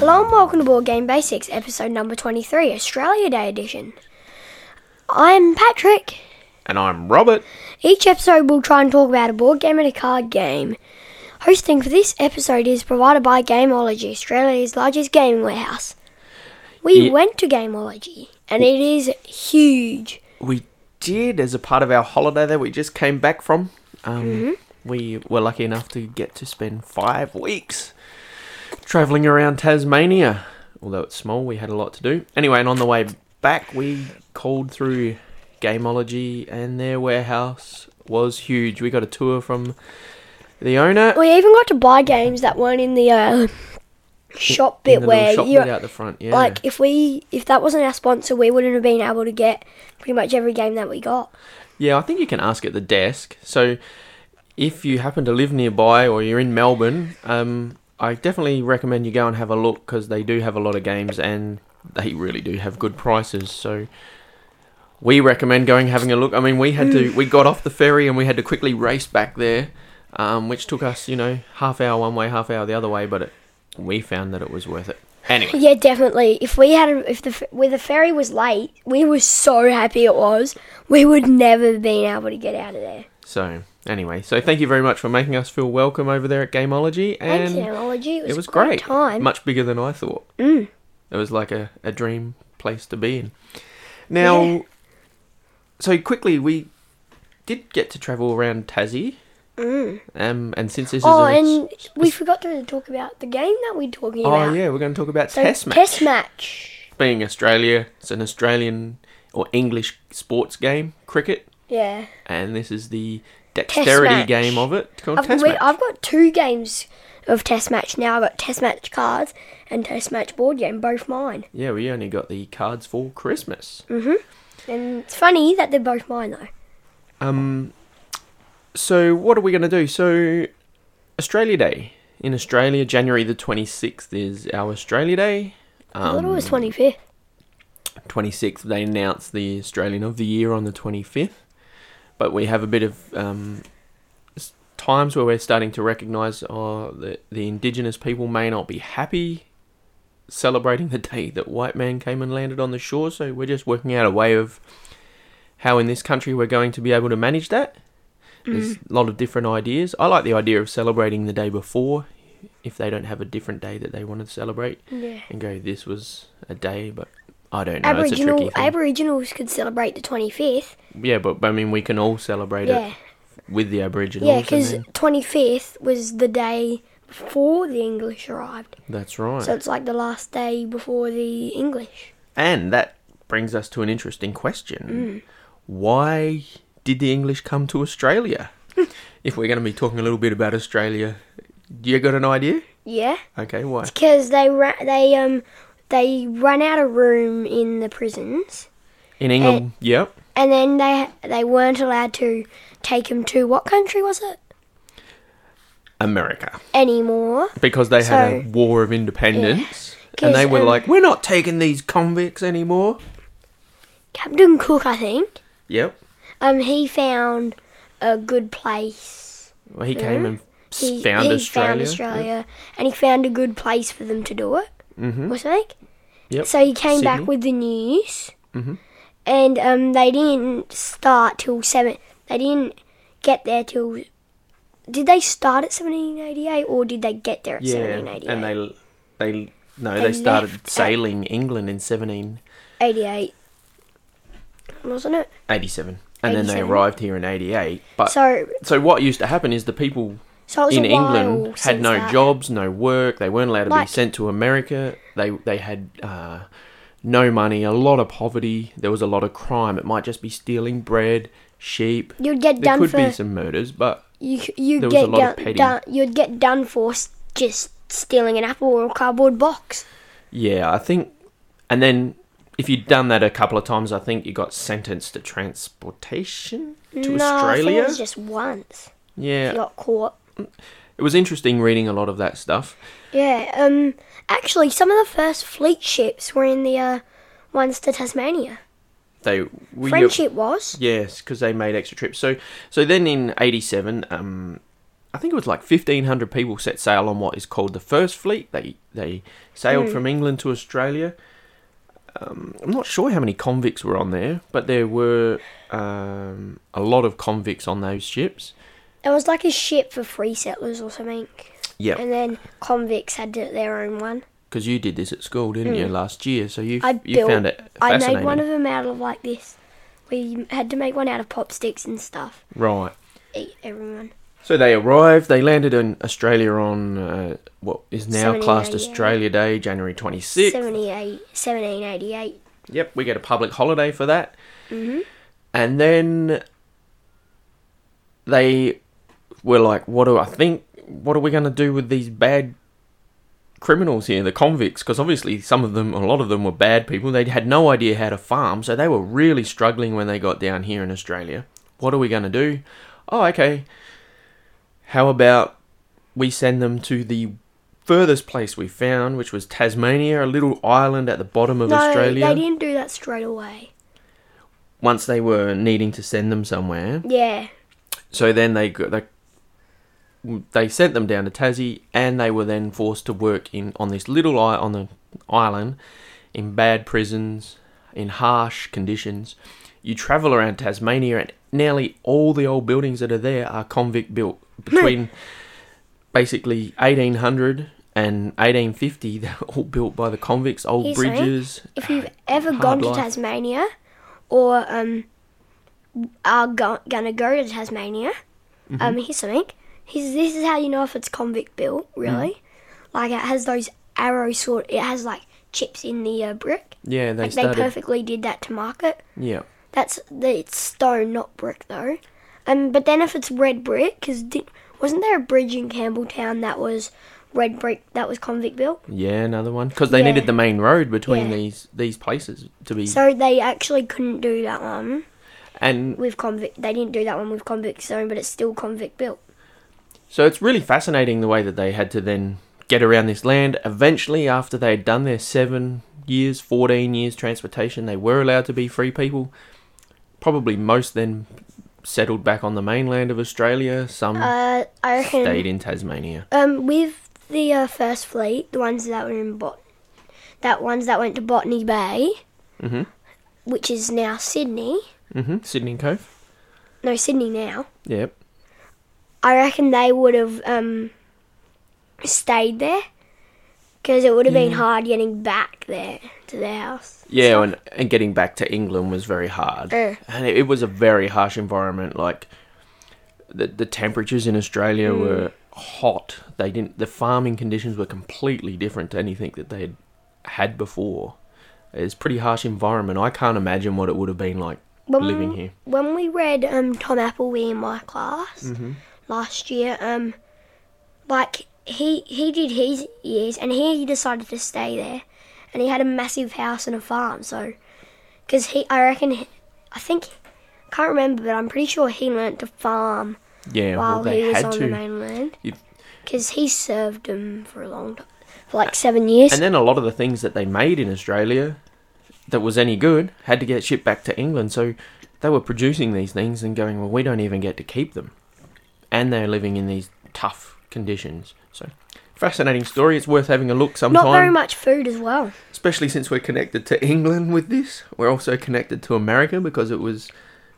welcome to Board Game Basics, episode number 23, Australia Day edition. I'm Patrick. And I'm Robert. Each episode, we'll try and talk about a board game and a card game. Hosting for this episode is provided by Gameology, Australia's largest gaming warehouse. We Ye- went to Gameology, and it is huge. We did, as a part of our holiday that we just came back from, um, we were lucky enough to get to spend five weeks traveling around Tasmania. Although it's small, we had a lot to do. Anyway, and on the way back, we called through Gameology, and their warehouse was huge. We got a tour from the owner. We even got to buy games that weren't in the uh, shop bit in the little where shop you bit out the front, yeah. like if we if that wasn't our sponsor, we wouldn't have been able to get pretty much every game that we got. Yeah, I think you can ask at the desk. So, if you happen to live nearby or you're in Melbourne, um, I definitely recommend you go and have a look because they do have a lot of games and they really do have good prices. So, we recommend going having a look. I mean, we had to we got off the ferry and we had to quickly race back there, um, which took us you know half hour one way, half hour the other way, but it, we found that it was worth it. Anyway, Yeah, definitely. If we had a, if the f- where the ferry was late, we were so happy it was. We would never have been able to get out of there. so anyway, so thank you very much for making us feel welcome over there at Gameology and. Thanks, Gameology. It was, it was a great, Mm. great. time. Much bigger than I thought. It was like a, a dream place to be in. Now, Yeah. so quickly, we did get to travel around Tassie. Um, and since this Mm. oh, is. an ex- and we forgot to talk about the game that we're talking oh, about. yeah, we're going to talk about So, Test Match. Test match. Being Australia, it's an Australian or English sports game, cricket. Yeah. And this is the dexterity match. game of it. It's called I've, Test we, Match. I've got two games of Test match now. I've got Test match cards and Test match board game, both mine. yeah, we only got the cards for Christmas. And it's funny that they're both mine though. Um, so what are we going to do? So Australia Day in Australia, January the twenty sixth is our Australia Day. I thought it Um, was twenty fifth. twenty sixth they announced the Australian of the Year on the twenty fifth, but we have a bit of um, s- times where we're starting to recognise uh, that the Indigenous people may not be happy celebrating the day that white man came and landed on the shore. So we're just working out a way of how in this country we're going to be able to manage that. There's a lot of different ideas. I like the idea of celebrating the day before if they don't have a different day that they want to celebrate Yeah. and go, this was a day, but I don't know. it's a tricky Aboriginal thing. Aboriginals could celebrate the twenty fifth. yeah, but but I mean, we can all celebrate Yeah, it with the Aboriginals. yeah, Yeah, because twenty fifth was the day before the English arrived, that's right. so it's like the last day before the English. and that brings us to an interesting Mm. question: Why did the English come to Australia? if we're going to be talking a little bit about Australia, you got an idea? Yeah, Okay, why? because they ra- they um they ran out of room in the prisons, In England, Eh. yep. and then they they weren't allowed to take them to what country was it America, anymore? because they had a So- war of independence, Yeah, and they 'cause, were um, like, "We're not taking these convicts anymore." Captain Cook, I think, Yep. um, he found a good place Well, he came and s- he, found, he Australia. found Australia, and he found a good place for them to do it. Mm-hmm. Or something. Yep. So he came back Sydney. Mm-hmm. with the news, and um, they didn't start till seven. They didn't get there till. Did they start at 1788 or did they get there at Yeah, 1788? and they they no, they, They started left at- sailing England in 1787, 88, wasn't it? and then they 87. arrived here in 88. But so, So, what used to happen is the people so it was Uh, in a while England had since no that. jobs, no work. They weren't allowed to Like- be sent to America. They they had uh, no money, a lot of poverty. There was a lot of crime. It might just be stealing bread, sheep. You'd get There done could be for some murders, but you. You there was a get lot of done, petty. done. You'd get done for s- just stealing an apple or a cardboard box. Yeah, I think, and then if you'd done that a couple of times, I think you got sentenced to transportation to I think it Australia. was just once. yeah, He got caught. it was interesting reading a lot of that stuff. Yeah. Um. Actually, some of the first fleet ships were in the uh, ones to Tasmania. They we Friendship was. yes, because they made extra trips. So so then in '87, um, I think it was like 1,500 people set sail on what is called the First Fleet. They they sailed from England to Australia. Um, I'm not sure how many convicts were on there, but there were um, a lot of convicts on those ships. It was like a ship for free settlers or something. Yeah, And then convicts had to- their own one. because you did this at school, didn't you, last year? So you Mm. I you built. found it I fascinating, made one of them out of like this. We had to make one out of pop sticks and stuff. right? Eat everyone. So they arrived. They landed in Australia on uh, what is now 1788. classed Australia Day, January 26th. 78, 1788. Yep, we get a public holiday for that. Mm-hmm. And then they were like, "What do I think? What are we going to do with these bad criminals here, the convicts?" Because obviously, some of them, a lot of them, were bad people. They had no idea how to farm, so they were really struggling when they got down here in Australia. What are we going to do? Oh, okay. How about we send them to the furthest place we found, which was Tasmania, a little island at the bottom of No, Australia they didn't do that straight away. once they were needing to send them somewhere. Yeah. So then they go- they they sent them down to Tassie, and they were then forced to work in on this little i on the island in bad prisons, in harsh conditions. You travel around Tasmania, and nearly all the old buildings that are there are convict built between basically 1800 and 1850. They're all built by the convicts, old Here's something. bridges. If you've ever Hard gone life. to Tasmania or um, are go- gonna go to Tasmania, Mm-hmm. um, here's something. Here's, this is how you know if it's convict built, really. Mm. Like it has those arrow sort. It has like chips in the uh, brick. Yeah, they Like they started. perfectly did that to mark it. yeah. That's the, it's stone, not brick though. Um, but then if it's red brick, because wasn't there a bridge in Campbelltown that was red brick that was convict built? Yeah, another one because they Yeah. needed the main road between Yeah. these these places to be So they actually couldn't do that one. and with convict. They didn't do that one with convict zone, but it's still convict built. so it's really fascinating the way that they had to then get around this land. Eventually, after they had done their seven years, fourteen years transportation, they were allowed to be free people. Probably most then settled back on the mainland of Australia. Some Uh, I reckon. stayed in Tasmania. Um, with the uh, first fleet, the ones that were in bot, that ones that went to Botany Bay, Mhm. which is now Sydney. hmm Sydney Cove. No, Sydney now. Yep. I reckon they would have um stayed there because it would have been hard getting back there to their house. Yeah, and, and getting back to England was very hard. Eh. And it, it was a very harsh environment. Like the the temperatures in Australia Hmm. were hot. They didn't the farming conditions were completely different to anything that they had had before. It's pretty harsh environment. I can't imagine what it would have been like When living here. when we read um, Tom Appleby in my class Mm-hmm. last year, um, like he he did his years and he decided to stay there, and he had a massive house and a farm. So, because he, I reckon, he- I think, I can't remember, but I'm pretty sure he learnt to farm Yeah, well while they he was had on to. the mainland, You- because he served him for a long time, for like seven years. And then a lot of the things that they made in Australia that was any good had to get shipped back to England. So they were producing these things and going, well, we don't even get to keep them. And they're living in these tough conditions. So fascinating story. It's worth having a look sometime. Not very much food as well. Especially since we're connected to England with this. We're also connected to America because it was,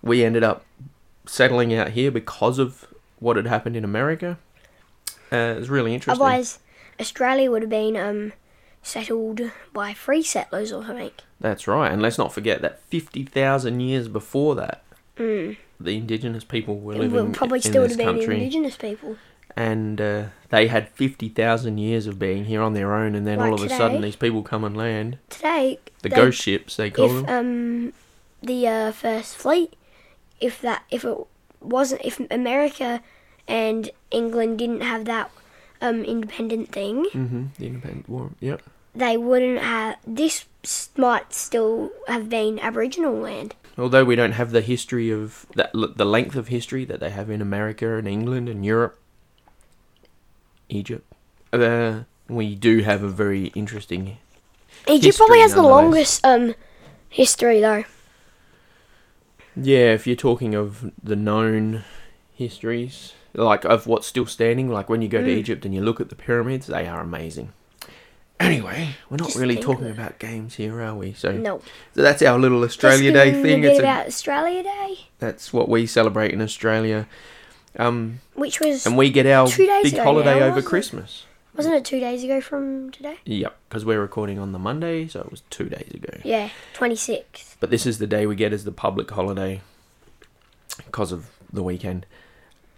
we ended up settling out here because of what had happened in America. Uh, it's really interesting. Otherwise, Australia would have been um, settled by free settlers or something. That's right, and let's not forget that fifty thousand years before that, the indigenous people were Mm. It living would probably in still would this have been country, indigenous people. and uh, they had fifty thousand years of being here on their own, and then Like all of a sudden today. these people come and land. Today, The they- ghost ships, they call if them. um, the uh, first fleet, if that if it wasn't if America and England didn't have that um, independent thing, hmm The independent war. Yep. they wouldn't have. This s- might still have been Aboriginal land. Although we don't have the history of that, l- the length of history that they have in America and England and Europe, Egypt, uh, we do have a very interesting. Egypt History, probably has the nonetheless. longest um, history though. Yeah, if you're talking of the known histories, like of what's still standing. Like when you go to Mm. Egypt and you look at the pyramids, they are amazing. Anyway, we're not Just really think talking of- about games here, are we? So, No. so that's our little Australia Just Day thinking thing. A bit It's a, about Australia Day, that's what we celebrate in Australia, um, which was and we get our Two days big ago holiday now, over wasn't it? Christmas. wasn't it two days ago from today? Yep, because we're recording on the Monday, so it was two days ago. Yeah, twenty sixth. But this is the day we get as the public holiday because of the weekend.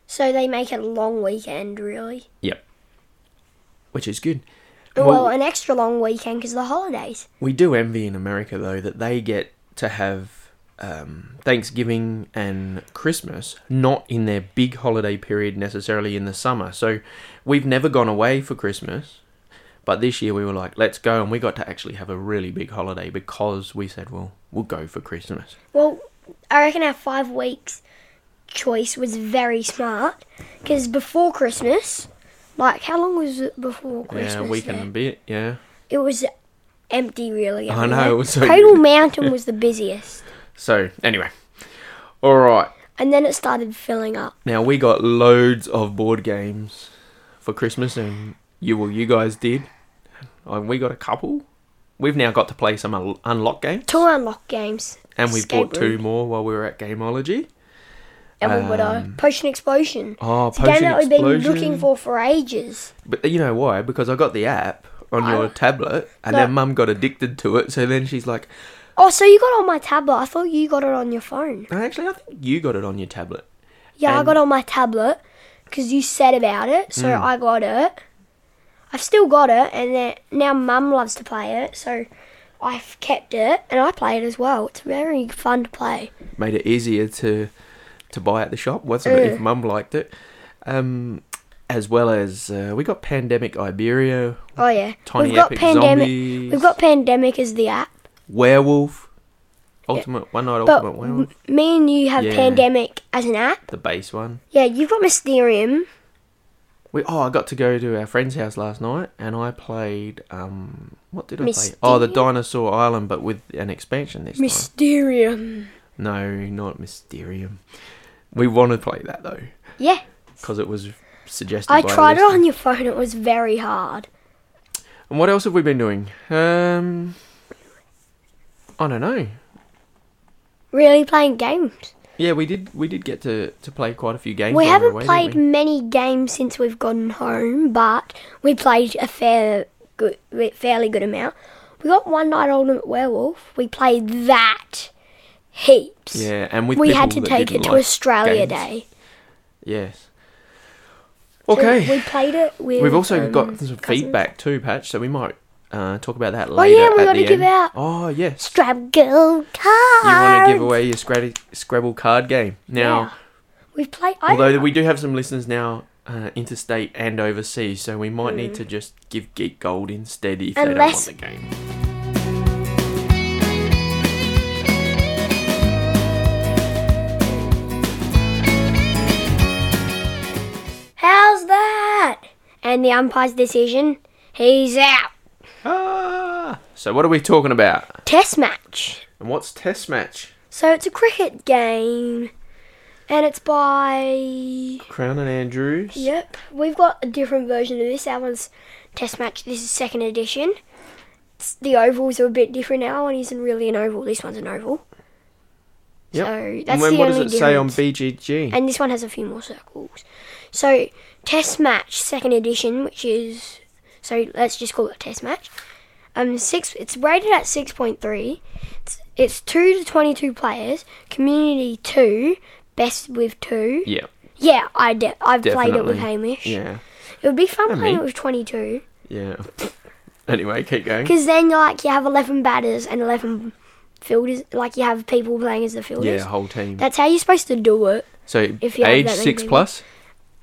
So they make it a long weekend, really. Yep. Which is good. Well, Oh, Well- an extra long weekend because the holidays. We do envy in America, though, that they get to have um, Thanksgiving and Christmas not in their big holiday period necessarily in the summer. So we've never gone away for Christmas. But this year we were like, let's go. And we got to actually have a really big holiday because we said, well, we'll go for Christmas. Well, I reckon our five weeks choice was very smart because before Christmas, like how long was it before Christmas? yeah, a weekend there? and a bit. Yeah. It was empty, really. I know, everywhere. it was so Cradle good. Mountain was the busiest, So, anyway. All right. and then it started filling up. Now we got loads of board games for Christmas, and you well, you guys did, and we got a couple. We've now got to play some un- unlock games, Two unlock games, and we've Escape bought two Room. more while we were at Gameology. and we got a potion explosion. Oh, It's a game Um, Potion that we've been looking Explosion. for for ages. But you know why? Because I got the app on your Oh. tablet, and No. then Mum got addicted to it. So then she's like, Oh, so you got it on my tablet? I thought you got it on your phone. "No, "Actually, I think you got it on your tablet." Yeah, I And- Hmm. got it on my tablet because you said about it, so I got it. I've still got it, and then, now Mum loves to play it, so I've kept it and I play it as well. It's very fun to play. Made it easier to to buy at the shop, wasn't it? Mm. If Mum liked it, um, as well as uh, we got Pandemic Iberia. Oh yeah, Tiny we've got Epic pandemic. Zombies. We've got pandemic as the app, Werewolf. Ultimate One Night but Ultimate Werewolf. m- me and you have Yeah. pandemic as an app. The base one. Yeah, you've got Mysterium. We oh I got to go to our friend's house last night and I played um what did I Mysteria? play? Oh the Dinosaur Island but with an expansion this time. Mysterium. No, not Mysterium. We want to play that though Yeah, because it was suggested. I by a tried it listener. on your phone. It was very hard. And what else have we been doing? Um, I don't know. Really playing games. Yeah, we did. We did get to, to play quite a few games. We while were haven't away, didn't played we? many games since we've gotten home, but we played a fair, good, fairly good amount. We got one night Ultimate Werewolf. We played that heaps. Yeah, and with we had to people that take it didn't to like Australia games. Day. Yes. So Okay. we played it with. We've also um, got some cousins. Oh, feedback too, Patch, so we might uh, talk about that later. yeah, we at gotta the give end. out- Oh, yes. Strab Girl You want card. to give away your Scrabble, Scrabble card game. Now, We've played. although I, we do have some listeners now uh, interstate and overseas, so we might need to just give Geek Gold instead if Hmm. Unless- they don't want the game. how's that? And the umpire's decision. He's out. Ah! So, what are we talking about? Test match. And what's Test Match? So it's a cricket game, and it's by. Crown and Andrews? Yep, we've got a different version of this. Our one's Test Match. This is second edition. It's, the ovals are a bit different. Our one isn't really an oval. This one's an oval. Yep. So that's and when, the what does only it say on difference. BGG? And this one has a few more circles. So Test Match second edition, which is so let's just call it Test Match. Um, six. It's rated at six point three. It's, it's two to twenty-two players. Community two. Best with two. yeah. Yeah, I de- I've played it with Definitely. Hamish. Yeah. It would be fun And playing me. it with 22. Yeah. anyway, keep going. Because then, like, you have 11 batters and 11 fielders. Like, you have people playing as the Yeah, fielders. whole team. That's how you're supposed to do it. So Uh, if you have age that many six people. plus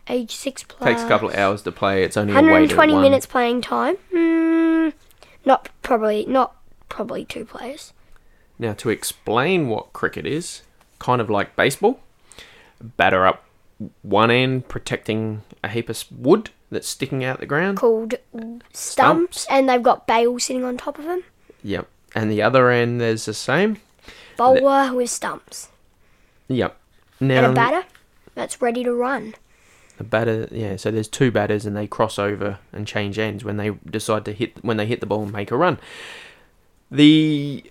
Age 6 plus. takes a couple of hours to play. It's only a weighted 120 one. minutes playing time. Mm, not probably, not probably two players. Now to explain what cricket is, kind of like baseball, batter up one end, protecting a heap of s- wood that's sticking out the ground. Called stumps, and they've got bails sitting on top of them. Yep. And the other end there's the same. Bowler with stumps. Yep. And Now a batter that's ready to run. A batter, yeah. So there's two batters, and they cross over and change ends when they decide to hit when they hit the ball and make a run. The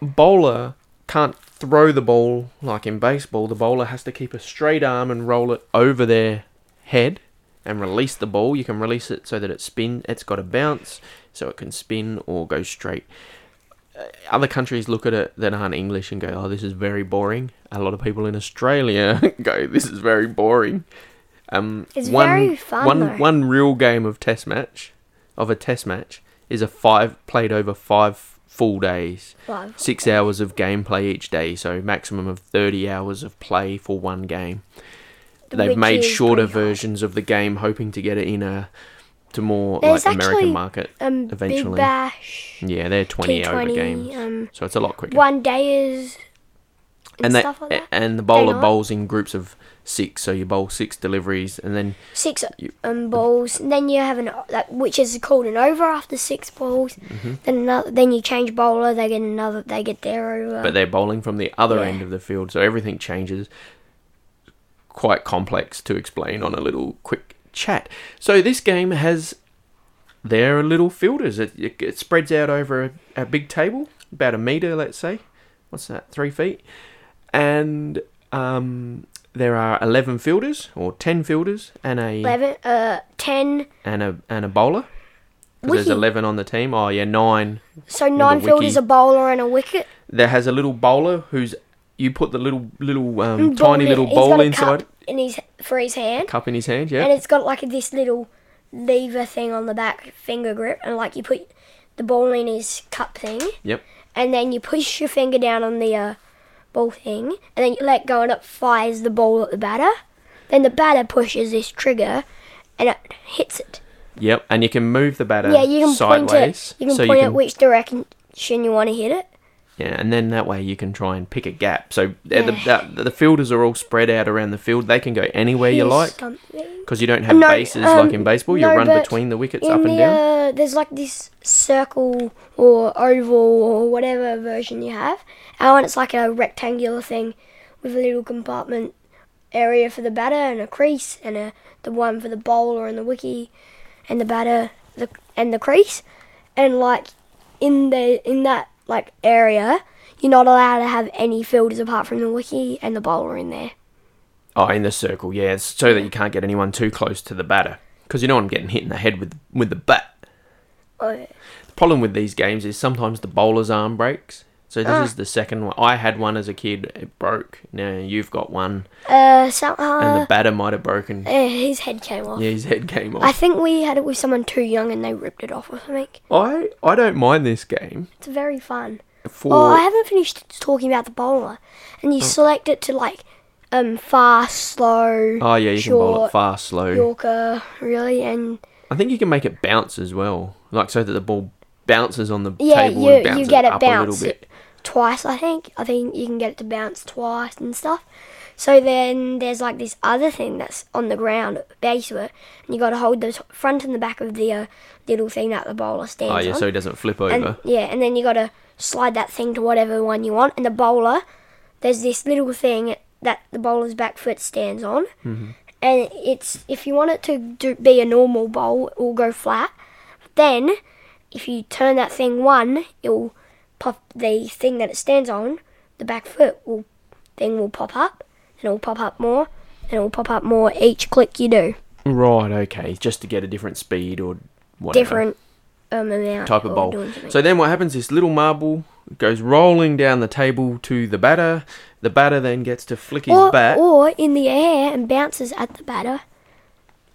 bowler can't throw the ball like in baseball. The bowler has to keep a straight arm and roll it over their head and release the ball. You can release it so that it spin. It's got a bounce, so it can spin or go straight. Uh, Other countries look at it that aren't English and go, "Oh, this is very boring." A lot of people in Australia go, "This is very boring." Um, It's very fun, One though. one real game of test match, of a test match, is a five played over five full days Five. six hours of gameplay each day, so maximum of 30 hours of play for one game. They've Which made is shorter pretty hard. versions of the game, hoping to get it in a to more There's like actually, American market. Um, Big Eventually. Mm, Bash, Yeah, they're 20 over T20, games, um, so it's a lot quicker. One Day is, and, and they eh, stuff like that. and the bowler night. bowls in groups of six, so you bowl six deliveries, and then six um, balls. And then you have an like, which is called an over after six balls. Mm-hmm. Then another, then you change bowler. They get another. They get their over. but they're bowling from the other Yeah. end of the field, so everything changes. Quite complex to explain on a little quick chat. So this game has their little fielders. It, it, it spreads out over a, a big table, about a meter, let's say. What's that? Three feet, and um, there are eleven fielders or ten fielders and a Eleven, uh, ten. and a and a bowler. 'Cause There's Wiki. eleven on the team. Oh yeah, nine So nine wiki. fielders, a bowler, and a wicket. that has a little bowler who's you put the little little um, And Mm, ball tiny in- little he's bowl got a inside cup in his for his hand, cup in his hand and yeah it's got like this little lever thing on the back, finger grip, and like you put the ball in his cup thing, yep and then you push your finger down on the uh, ball thing, and then you let go, and it fires the ball at the batter. Then the batter pushes this trigger, and it hits it. yep and you can move the batter Yeah, you can sideways point it. You can so point you it can which direction you want to hit it. yeah and then that way you can try and pick a gap so uh Yeah. the, the, the fielders are all spread out around the field they can go anywhere you Here's like something. because you don't have No, bases um, like in baseball you no, run but between the wickets in up and the, down Uh, there's like this circle or oval or whatever version you have. Our one, it's like a rectangular thing with a little compartment area for the batter and a crease, and a, the one for the bowler and the wiki, and the batter the, and the crease. And like in the in that like area, you're not allowed to have any fielders apart from the wiki and the bowler in there. oh in the circle yeah it's so that you can't get anyone too close to the batter because you know I'm getting hit in the head with with the bat Oh, problem with these games is sometimes the bowler's arm breaks. So Ah. this is the second one. I had one as a kid. It broke. Now you've got one, Uh, so, and uh, the batter might have broken. eh, his head came off. Yeah, his head came I off. think we had it with someone too young and they ripped it off or something. I I don't mind this game It's very fun. for Oh, I haven't finished talking about the bowler. And Oh. you select it to like um fast, slow. oh yeah, you can bowl it short, fast, slow. Yorker, really, and I think you can make it bounce as well, like so that the ball bounces on the yeah, table you and bounces you get it up a bounce little bit. twice. I think I think you can get it to bounce twice and stuff. So then there's like this other thing that's on the ground base of it, and you got to hold the t- front and the back of the uh, little thing that the bowler stands Oh yeah, on. so it doesn't flip over. and yeah, and then you gotta slide that thing to whatever one you want. And the bowler, there's this little thing that the bowler's back foot stands on, Mm-hmm. and it's if you want it to do, be a normal bowl, it will go flat. Then, if you turn that thing one, it'll pop the thing that it stands on. The back foot will thing will pop up, and it'll pop up more, and it'll pop up more each click you do. Right, okay, just to get a different speed or whatever. Different um, amount type of or bowl. doing something. So then what happens? This little marble goes rolling down the table to the batter. The batter then gets to flick his or, bat. or in the air and bounces at the batter.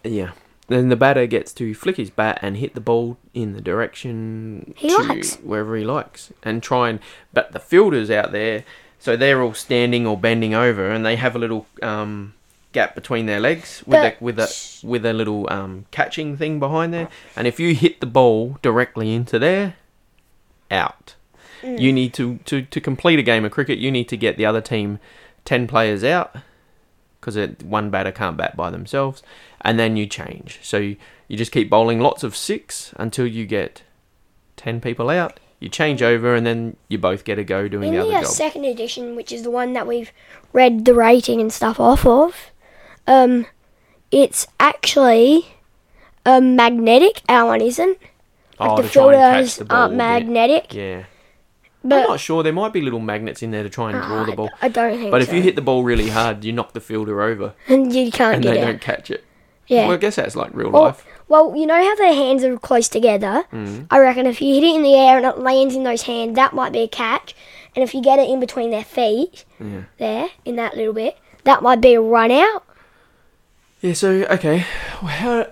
Yeah. Then the batter gets to flick his bat and hit the ball in the direction He to likes. wherever he likes, and try and. But the fielders out there, so they're all standing or bending over, and they have a little um, gap between their legs with But- a with a with a little um, catching thing behind there. And if you hit the ball directly into there, out. You need to, to to complete a game of cricket. You need to get the other team ten players out because one batter can't bat by themselves, and then you change. So you, you just keep bowling lots of six until you get ten people out. You change over, and then you both get a go doing In the other the uh, job. second edition, which is the one that we've read the rating and stuff off of, um, It's actually um, magnetic. Our one isn't. Like oh, the to try and catch filters the ball, aren't yeah. magnetic. Yeah. I'm But not sure. There might be little magnets in there to try and draw Ah, the ball. I don't think. But if so. you hit the ball really hard, you knock the fielder over and you can't and get they out. don't catch it. Yeah. Well, I guess that's like real Or- life. well, you know how their hands are close together. Mm. I reckon if you hit it in the air and it lands in those hands, that might be a catch. And if you get it in between their feet, Yeah. there in that little bit, that might be a run out. Yeah, so, okay. Well, how,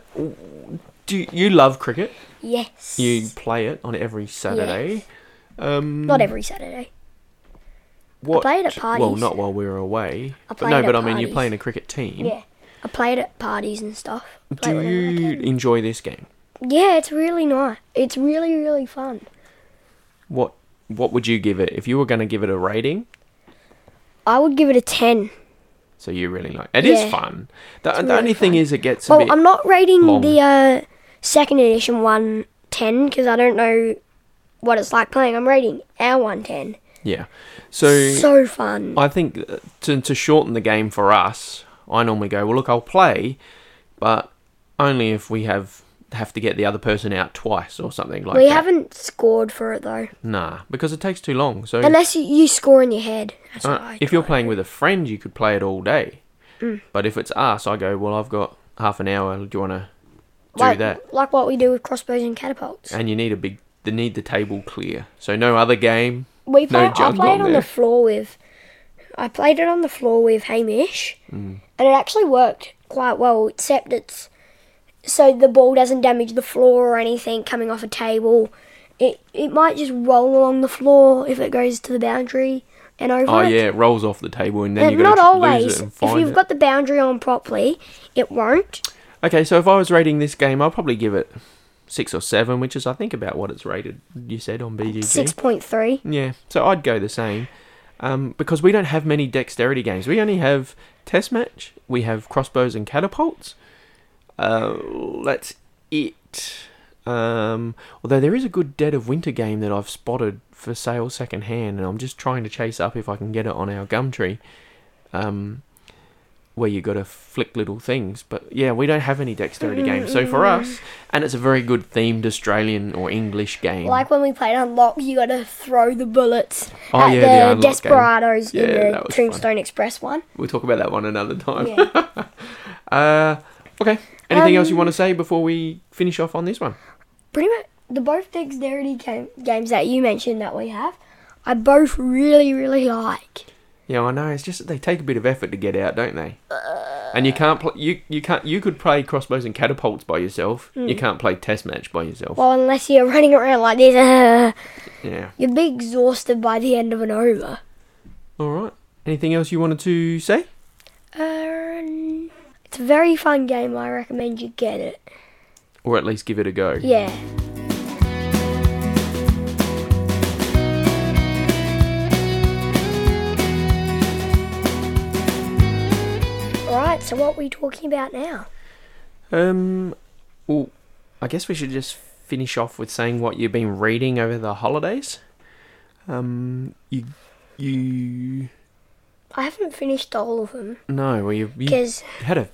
do you, you love cricket? Yes. You play it on every Saturday. Um, Not every Saturday. what, play it at Well, parties. not while we were away. I But play no, it at but I mean, you parties. play in a cricket team. Yeah. I play it at parties and stuff. Play Do whenever I you can. enjoy this game? Yeah, it's really nice. It's really really fun. What What would you give it if you were going to give it a rating? I would give it a ten. So you really like it. Is Yeah. fun. The, the really only thing fun. is, it gets a Well, bit. I'm not rating long. the uh, second edition one ten because I don't know what it's like playing. I'm rating our one ten. yeah. So, so fun. I think uh, to to shorten the game for us, I normally go. Well, look, I'll play, but only if we have have to get the other person out twice or something like we that. haven't scored for it though, nah, because it takes too long. So unless you, you score in your head. That's Uh, what I Mm. if you're thought. playing with a friend, you could play it all day. But if it's us, I go, well, I've got half an hour. Do you want to do like, that? like what we do with crossbows and catapults. And you need a big, they need the table clear. So no other game. We play, I junk played on on, there. the floor with. I played it on the floor with Hamish, Mm. and it actually worked quite well. Except it's so the ball doesn't damage the floor or anything coming off a table. It it might just roll along the floor if it goes to the boundary and over. Oh it. yeah, it rolls off the table, and then But you got not to lose always. it and If find you've it. got the boundary on properly, it won't. Okay, so if I was rating this game, I'll probably give it six or seven, which is I think about what it's rated. You said on BGG. Six point three. Yeah, so I'd go the same. Um, because we don't have many dexterity games. We only have test match. We have crossbows and catapults. Uh, that's it. Um, although there is a good Dead of Winter game that I've spotted for sale second hand, and I'm just trying to chase up if I can get it on our Gumtree. Um, where you got to flick little things, but yeah, we don't have any dexterity games. So for us, and it's a very good themed Australian or English game. Like when we played unlock, you got to throw the bullets Oh, at yeah, the the, Unlock game. desperados Yeah, in that the was fun. Tombstone Express one. We'll talk about that one another time. Yeah. Uh, okay. Anything else you Um, want to say before we finish off on this one? pretty much the both dexterity game, games that you mentioned that we have, I both really really like. Yeah, I know. It's just that they take a bit of effort to get out, don't they? Uh. and you can't play. You you can't. You could play crossbows and catapults by yourself. Hmm. You can't play test match by yourself. Well, unless you're running around like this, uh, yeah. you'd be exhausted by the end of an over. All right. Anything else you wanted to say? Um, it's a very fun game. I recommend you get it. Or at least give it a go. Yeah. Alright, so what are we talking about now? Um. Well, I guess we should just finish off with saying what you've been reading over the holidays. Um. You. You. I haven't finished all of them No. Well, you. you because had a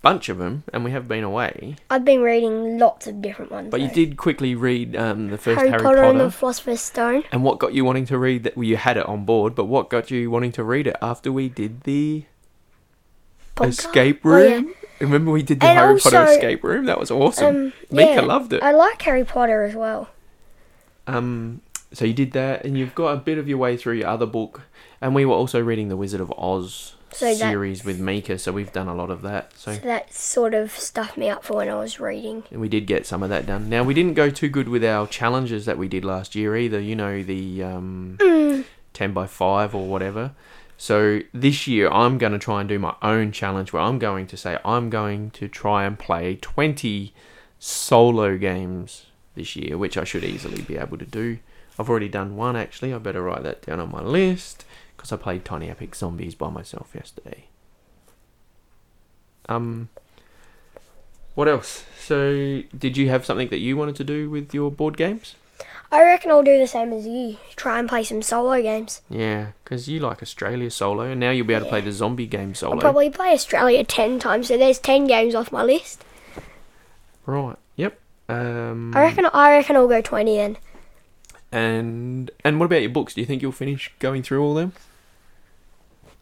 bunch of them, and we have been away. I've been reading lots of different ones. But you though. did quickly read um, the first Harry, Harry, Potter, Potter. and the Philosopher's Stone. Oh, and what got you wanting to read that? Well, you had it on board, but what got you wanting to read it after we did the podcast. escape Oh, yeah. room? Remember we did the And Harry Potter also- escape room? That was awesome. Um, Mika yeah, loved it. I like Harry Potter as well. Um, so you did that, and you've got a bit of your way through your other book. And we were also reading the Wizard of Oz So that- series with Mika, so we've done a lot of that. So So that sort of stuffed me up for when I was reading. And we did get some of that done. Now we didn't go too good with our challenges that we did last year either. You know the um, ten by five or whatever. So this year I'm going to try and do my own challenge where I'm going to say I'm going to try and play twenty solo games this year, which I should easily be able to do. I've already done one actually. I better write that down on my list because I played Tiny Epic Zombies by myself yesterday. Um, what else? So, did you have something that you wanted to do with your board games? I reckon I'll do the same as you. Try and play some solo games. Yeah, because you like Australia solo, and now you'll be able to play the zombie game solo. I'll probably play Australia 10 times, so there's 10 games off my list. Right. Yep. Um, I reckon I reckon I'll go 20 then. and and what about your books? Do you think you'll finish going through all them?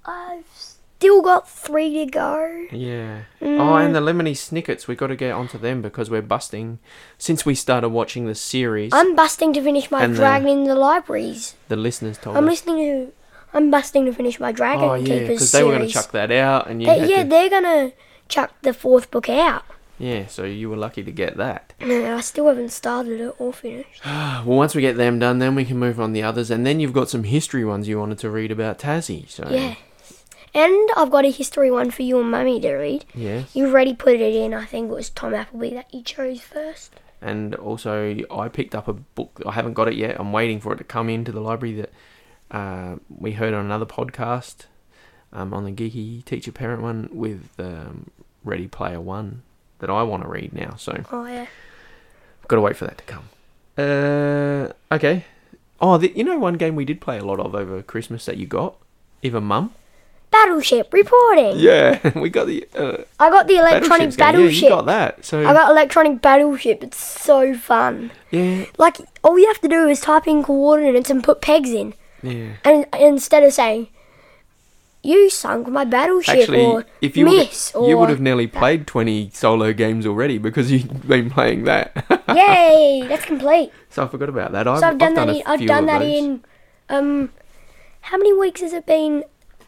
I've still got 3 to go. Yeah. Mm. Oh, and the Lemony Snickets. We got to get onto them because we're busting. Since we started watching the series, I'm busting to finish my And uh, the- Dragon in the Libraries. the listeners told I'm us. listening to I'm busting to finish my Dragon Oh yeah, Keepers because series. they were going to chuck that out, and you They- had yeah, to- they're gonna chuck the fourth book out. yeah. So you were lucky to get that. No, I still haven't started it or finished. Well, once we get them done, then we can move on the others, and then you've got some history ones you wanted to read about Tassie. So Yeah. And I've got a history one for you and Mummy to read. Yes. You already put it in, I think it was Tom Appleby that you chose first. and also I picked up a book. I haven't got it yet. I'm waiting for it to come into the library that uh, we heard on another podcast um, on the geeky teacher parent one with um, Ready Player One that I want to read now. So I've Oh, yeah. got to wait for that to come. Uh, okay. Oh, the, you know one game we did play a lot of over Christmas that you got, if a mum. Battleship reporting. Yeah, we got the uh, I got the electronic battleships game. Yeah, battleship. you got that. So I got electronic battleship. It's so fun. yeah, Like all you have to do is type in coordinates and put pegs in, yeah. and and instead of saying, "You sunk my battleship," Actually, or if you miss, would, you or would have nearly played twenty solo games already because you've been playing that. yay, that's complete. so I forgot about that. I've, So I've done that. a In, I've few done of that those. in. Um, how many weeks has it been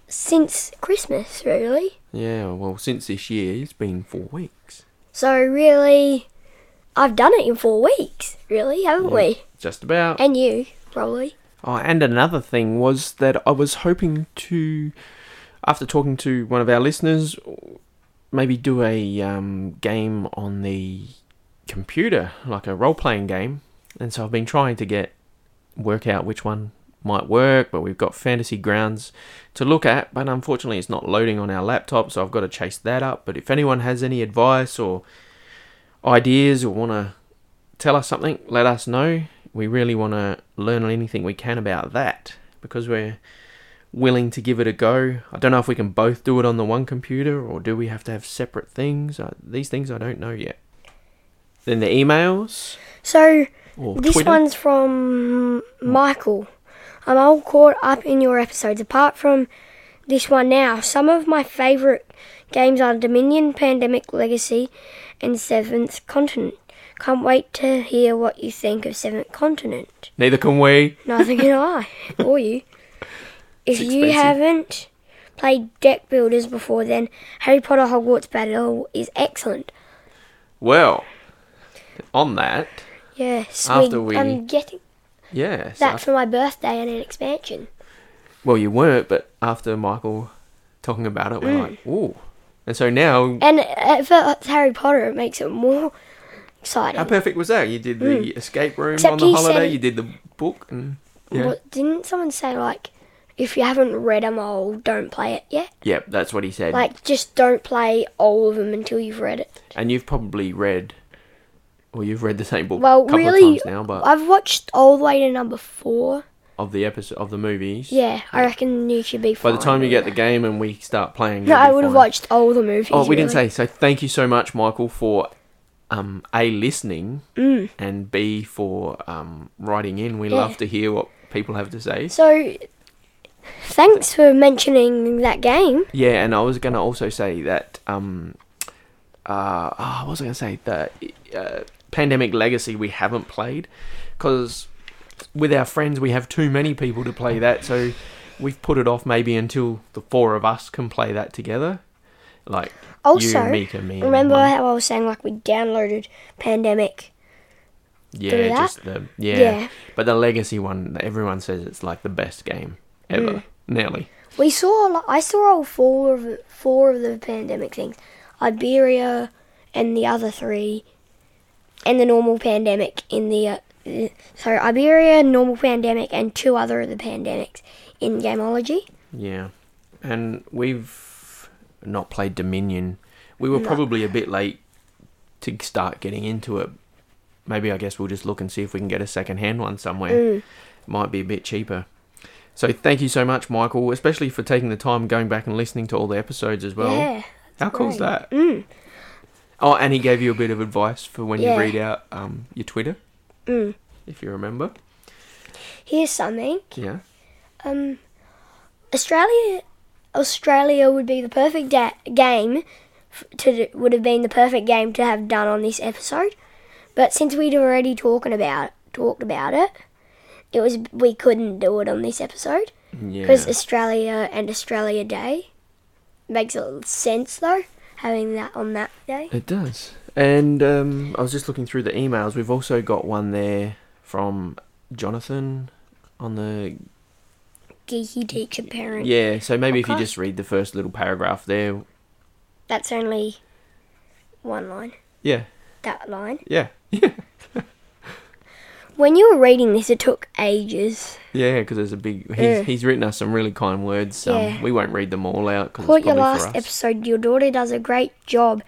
since Christmas? Really? Yeah, well, since this year, it's been four weeks. So really, I've done it in four weeks. Really, haven't Mm. we? Just about. And you probably. Oh, and another thing was that I was hoping to, after talking to one of our listeners, maybe do a um, game on the computer, like a role playing game. And so I've been trying to get work out which one might work, but we've got Fantasy Grounds to look at, but unfortunately it's not loading on our laptop, so I've got to chase that up. But if anyone has any advice or ideas or want to tell us something, let us know. We really want to learn anything we can about that because we're willing to give it a go. I don't know if we can both do it on the one computer or do we have to have separate things. Uh, these things I don't know yet. Then the emails So or This Twitter. one's from Michael. I'm all caught up in your episodes. Apart from this one now, some of my favourite games are Dominion, Pandemic Legacy, and Seventh Continent. Can't wait to hear what you think of Seventh Continent. Neither can we. Neither can I, or you. If It's you expensive. haven't played deck builders before, then Harry Potter Hogwarts Battle is excellent. Well, on that, Yes, After we- I'm getting yes. that af- for my birthday and an expansion. well, you weren't, but after Michael talking about it, we're like, ooh. And so now Mm. And uh, for Harry Potter, it makes it more exciting. How perfect was that? You did the escape room Mm. Except on the he said holiday. it- You did the book, and yeah, What, didn't someone say like, if you haven't read them all, don't play it yet? yep, that's what he said. Like, just don't play all of them until you've read it. and you've probably read, or you've read the same book Well, a couple really, of times now, but I've watched all the way to number four. of the episode of the movies. Yeah, I reckon you should be. By Fine the time you with get that. the game and we start playing, no, you'll I be would have fine. watched all the movies. Oh, we didn't really. say so. Thank you so much, Michael, for um, a listening and b for um, writing in. We Mm. Yeah. love to hear what people have to say. So, thanks for mentioning that game. Yeah, and I was gonna also say that. Um, uh, oh, what was I gonna say? The uh, pandemic legacy we haven't played because with our friends we have too many people to play that, so we've put it off maybe until the four of us can play that together. Like Also, you, Mika, me. and Remember Mum. how I was saying like we downloaded Pandemic yeah, through that? just the yeah. Yeah. But the legacy one, everyone says it's like the best game ever. Mm. Nearly. We saw. a lo- I saw all four of four of the pandemic things, Iberia, and the other three, and the normal pandemic in the. Uh, uh, so Iberia, normal pandemic, and two other of the pandemics in Gameology. Yeah, and we've not played Dominion. We were probably a bit late to start getting into it maybe I guess we'll just look and see if we can get a second hand one somewhere. Mm. Might be a bit cheaper. So thank you so much, Michael, especially for taking the time going back and listening to all the episodes as well. yeah. How cool is great. that? Mm. Oh, and he gave you a bit of advice for when Yeah. you read out um, your Twitter, Mm. if you remember. Here's something. Yeah. Um, Australia, Australia would be the perfect da- game f- to do- would have been the perfect game to have done on this episode, but since we'd already talking about talked about it, it was we couldn't do it on this episode Yeah. because Australia and Australia Day makes a little sense though having that on that day. It does. And um, I was just looking through the emails. We've also got one there from Jonathan on the Geeky teacher parent. yeah. So maybe if you podcast. just read the first little paragraph there. That's only one line. Yeah. That line. Yeah. Yeah. When you were reading this, it took ages. Yeah, because there's a big. He's, Yeah. he's written us some really kind words. Um, Yeah. We won't read them all out because Quote it's your probably last for us. episode. Your daughter does a great job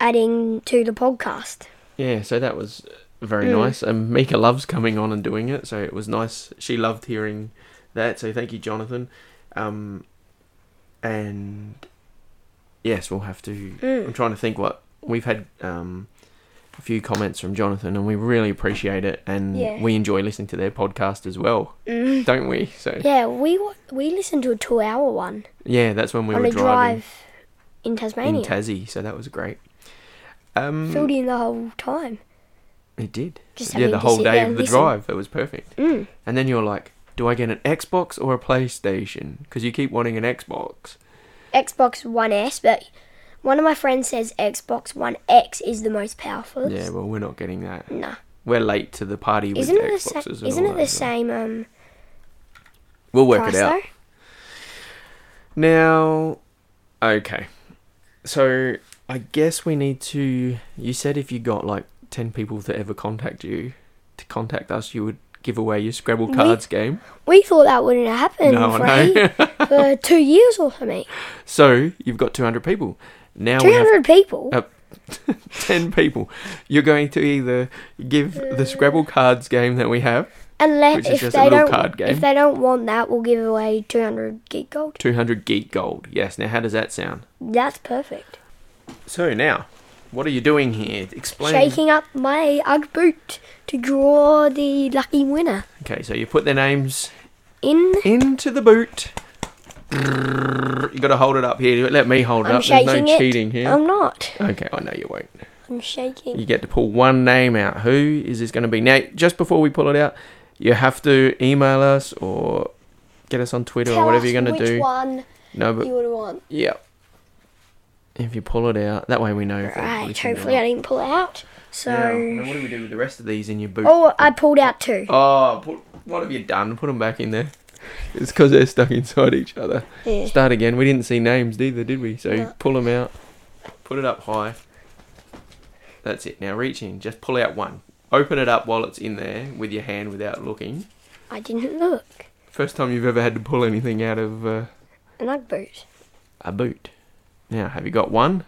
adding to the podcast. Yeah, so that was very nice. And Mika loves coming on and doing it, so it was nice. She loved hearing that. So thank you, Jonathan. Um, and yes, we'll have to. I'm trying to think what we've had. Um, a few comments from Jonathan, and we really appreciate it, and Yeah. Mm. we enjoy listening to their podcast as well, don't we? So Yeah, we wa- we listened to a two-hour one yeah, that's when we on were a driving drive in in Tasmania. Tassie, so that was great. Um, Filled in the whole time. It did. Just yeah, having the to whole sit there day of and the listen. drive. It was perfect. Mm. And then you're like, do I get an Xbox or a PlayStation? Because you keep wanting an Xbox. Xbox One S, but one of my friends says Xbox One X is the most powerful. Yeah, well, we're not getting that. Nah. We're late to the party with Isn't the it the, Xboxes sa- and isn't all it that, the so- same um, We'll work price it out. though? Now, okay. So I guess we need to. You said if you got like ten people to ever contact you, to contact us, you would give away your Scrabble cards game. We thought that wouldn't happen No, for, I know. eight- for two years or something. So you've got two hundred people. Now we have 200 people? Uh, 10 people. You're going to either give the Scrabble cards game that we have, which Unless is if just a they little don't card game. if they don't want that, we'll give away 200 gig gold. 200 geek gold. Yes, now how does that sound? That's perfect. So now, what are you doing here? Explain. Shaking up my UGG boot to draw the lucky winner. Okay, so you put their names In into the boot. You got to hold it up here. Let me hold it I'm up. There's shaking no it. cheating here. I'm not. okay, I know you won't. I'm shaking. You get to pull one name out. Who is this going to be? Now, just before we pull it out, you have to email us or get us on Twitter or whatever you're going to do. Which one No, but you would want? Yeah. If you pull it out, that way we know. if Right. Hopefully, I didn't pull it out. So. what do we do with the rest of these in your boot? Oh, I pulled out two. Oh, put, what have you done? Put them back in there. It's because they're stuck inside each other. Yeah. Start again. We didn't see names either, did we? So No. pull them out. Put it up high. That's it. Now reach in. Just pull out one. Open it up while it's in there with your hand without looking. I didn't look. First time you've ever had to pull anything out of uh, An UGG boot. a boot. Now, have you got one?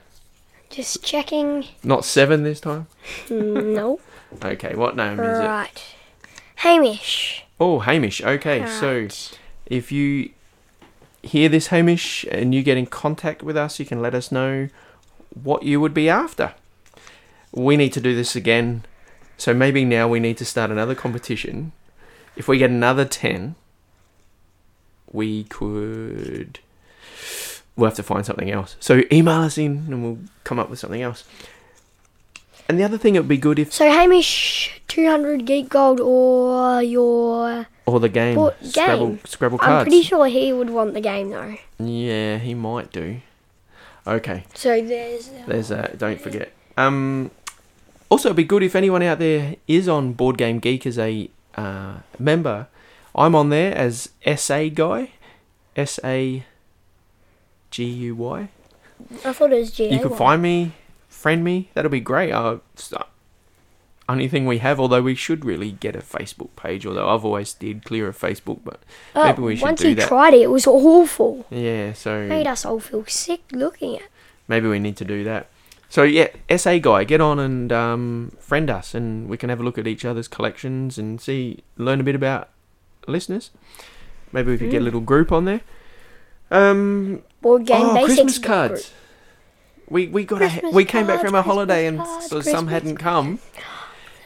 Just checking. Not seven this time? no. Okay, what name is it? Right. Hamish. Oh, Hamish. Okay, so Right. if you hear this, Hamish, and you get in contact with us, you can let us know what you would be after. We need to do this again. So maybe now we need to start another competition. If we get another 10, we could. We'll have to find something else. So email us in and we'll come up with something else. And the other thing, it would be good if. So Hamish, 200 gig gold or your... Or the game. What Scrabble, game? Scrabble I'm cards. pretty sure he would want the game though. Yeah, he might do. Okay, So there's... uh, there's that. Don't forget. Um, also, it'd be good if anyone out there is on Board Game Geek as a uh, member. I'm on there as SA guy, S A G U Y. I thought it was GA You can find me, friend me. That'll be great. Uh, it's the only thing we have, although we should really get a Facebook page. Although I've always did clear of Facebook, but oh, maybe we should Once do he that. tried it, it was awful. yeah, so Made us all feel sick looking at Maybe we need to do that. So yeah, SA guy, get on and um, friend us, and we can have a look at each other's collections and see, learn a bit about listeners. Maybe we could get a little group on there. Um, Board Hmm. game oh, basics. Christmas book cards. group. We we got a, Christmas we came back cards, from our Christmas holiday and cards, so some Christmas hadn't come,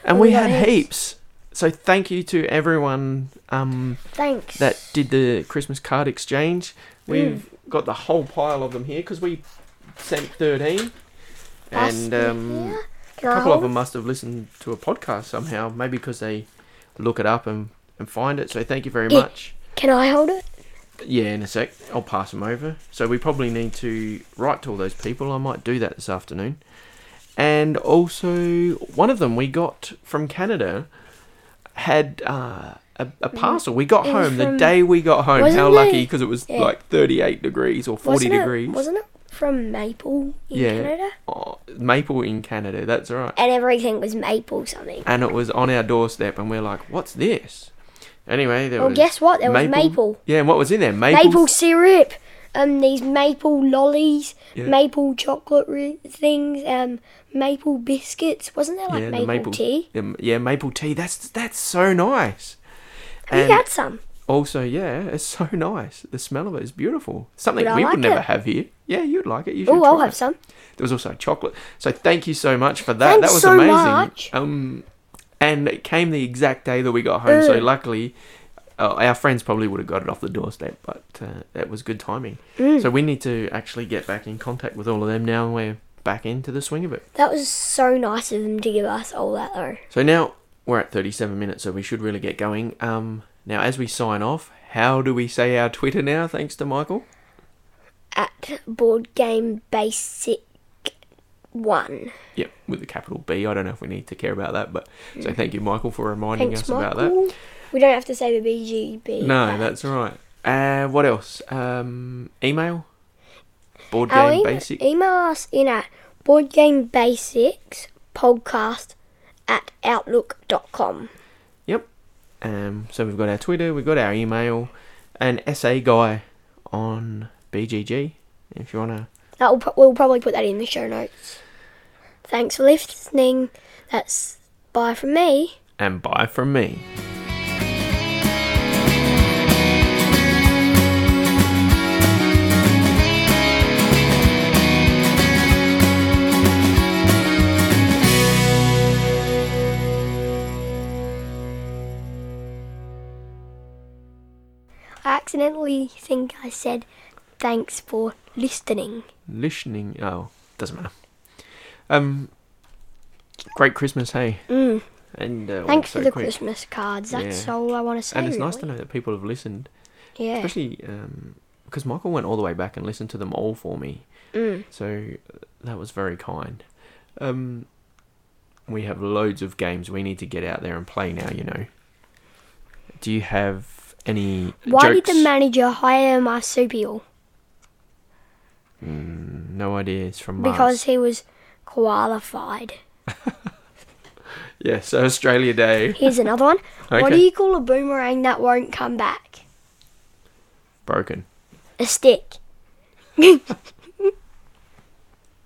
and we, We got had heaps. heaps. So thank you to everyone um, Thanks. that did the Christmas card exchange. We've got the whole pile of them here because we sent thirteen, That's and in um, here. a Can I couple of hold? them must have listened to a podcast somehow, maybe because they look it up and, and find it. So thank you very Yeah. much. Can I hold it? Yeah, in a sec, I'll pass them over. So we probably need to write to all those people. I might do that this afternoon. And also, one of them we got from Canada had uh, a, a parcel. We got Mm-hmm. It was home the from- day we got home. How Wasn't it- lucky because it was yeah. like 38 degrees or 40 wasn't degrees. It, wasn't it from Maple in yeah, Canada? Oh, maple in Canada. That's right. And everything was maple something. and it was on our doorstep, and we are like, "What's this?" Anyway, there Well, was guess what? There was maple. Yeah, and what was in there? Maple. Maple, syrup. Um, these maple lollies, Yeah. maple chocolate re- things, um, maple biscuits. Wasn't there like yeah, maple, the maple tea? the- yeah, maple tea. That's that's so nice. We And had some. also, yeah, it's so nice. The smell of it is beautiful. Something Would I we would like never it? have here. Yeah, you'd like it. You should Oh, I'll try have it. some. There was also chocolate. So thank you so much for that. Thanks that was so amazing. much. Um, and it came the exact day that we got home. So Mm. luckily, uh, our friends probably would have got it off the doorstep, but uh, that was good timing. Mm. So we need to actually get back in contact with all of them now, and we're back into the swing of it. That was so nice of them to give us all that though. So now we're at 37 minutes, so we should really get going. Um, now as we sign off, how do we say our Twitter now? Thanks to Michael. At board game basic one. Yep, with a capital B. I don't know if we need to care about that, but so thank you, Michael, for reminding Mm. Thanks, us about that. Michael. We don't have to say the BGB. No, part. that's all right. Uh, what else? Um, email. Board game Our em- basic. Email us in at boardgamebasicspodcast at outlook.com. yep. Um, so we've got our Twitter, we've got our email, and SA guy on BGG. If you wanna, That will pro- we'll probably put that in the show notes. Thanks for listening. That's bye from me. and buy from me. I accidentally think I said thanks for listening. Listening. Oh, doesn't matter. Um, great Christmas, hey. Mm. And uh, all Thanks so for the quick. Christmas cards. That's Yeah. all I want to say. And it's nice to really. know that people have listened, Yeah. especially because Michael went all the way back and listened to them all for me. Mm. So uh, that was very kind. Um, we have loads of games we need to get out there and play now. You know. Do you have any Why jokes? did the manager hire marsupial? Mm, no ideas from Mars. Because he was qualified. yeah, so Australia Day Here's another one. What Okay. do you call a boomerang that won't come back? broken. A stick.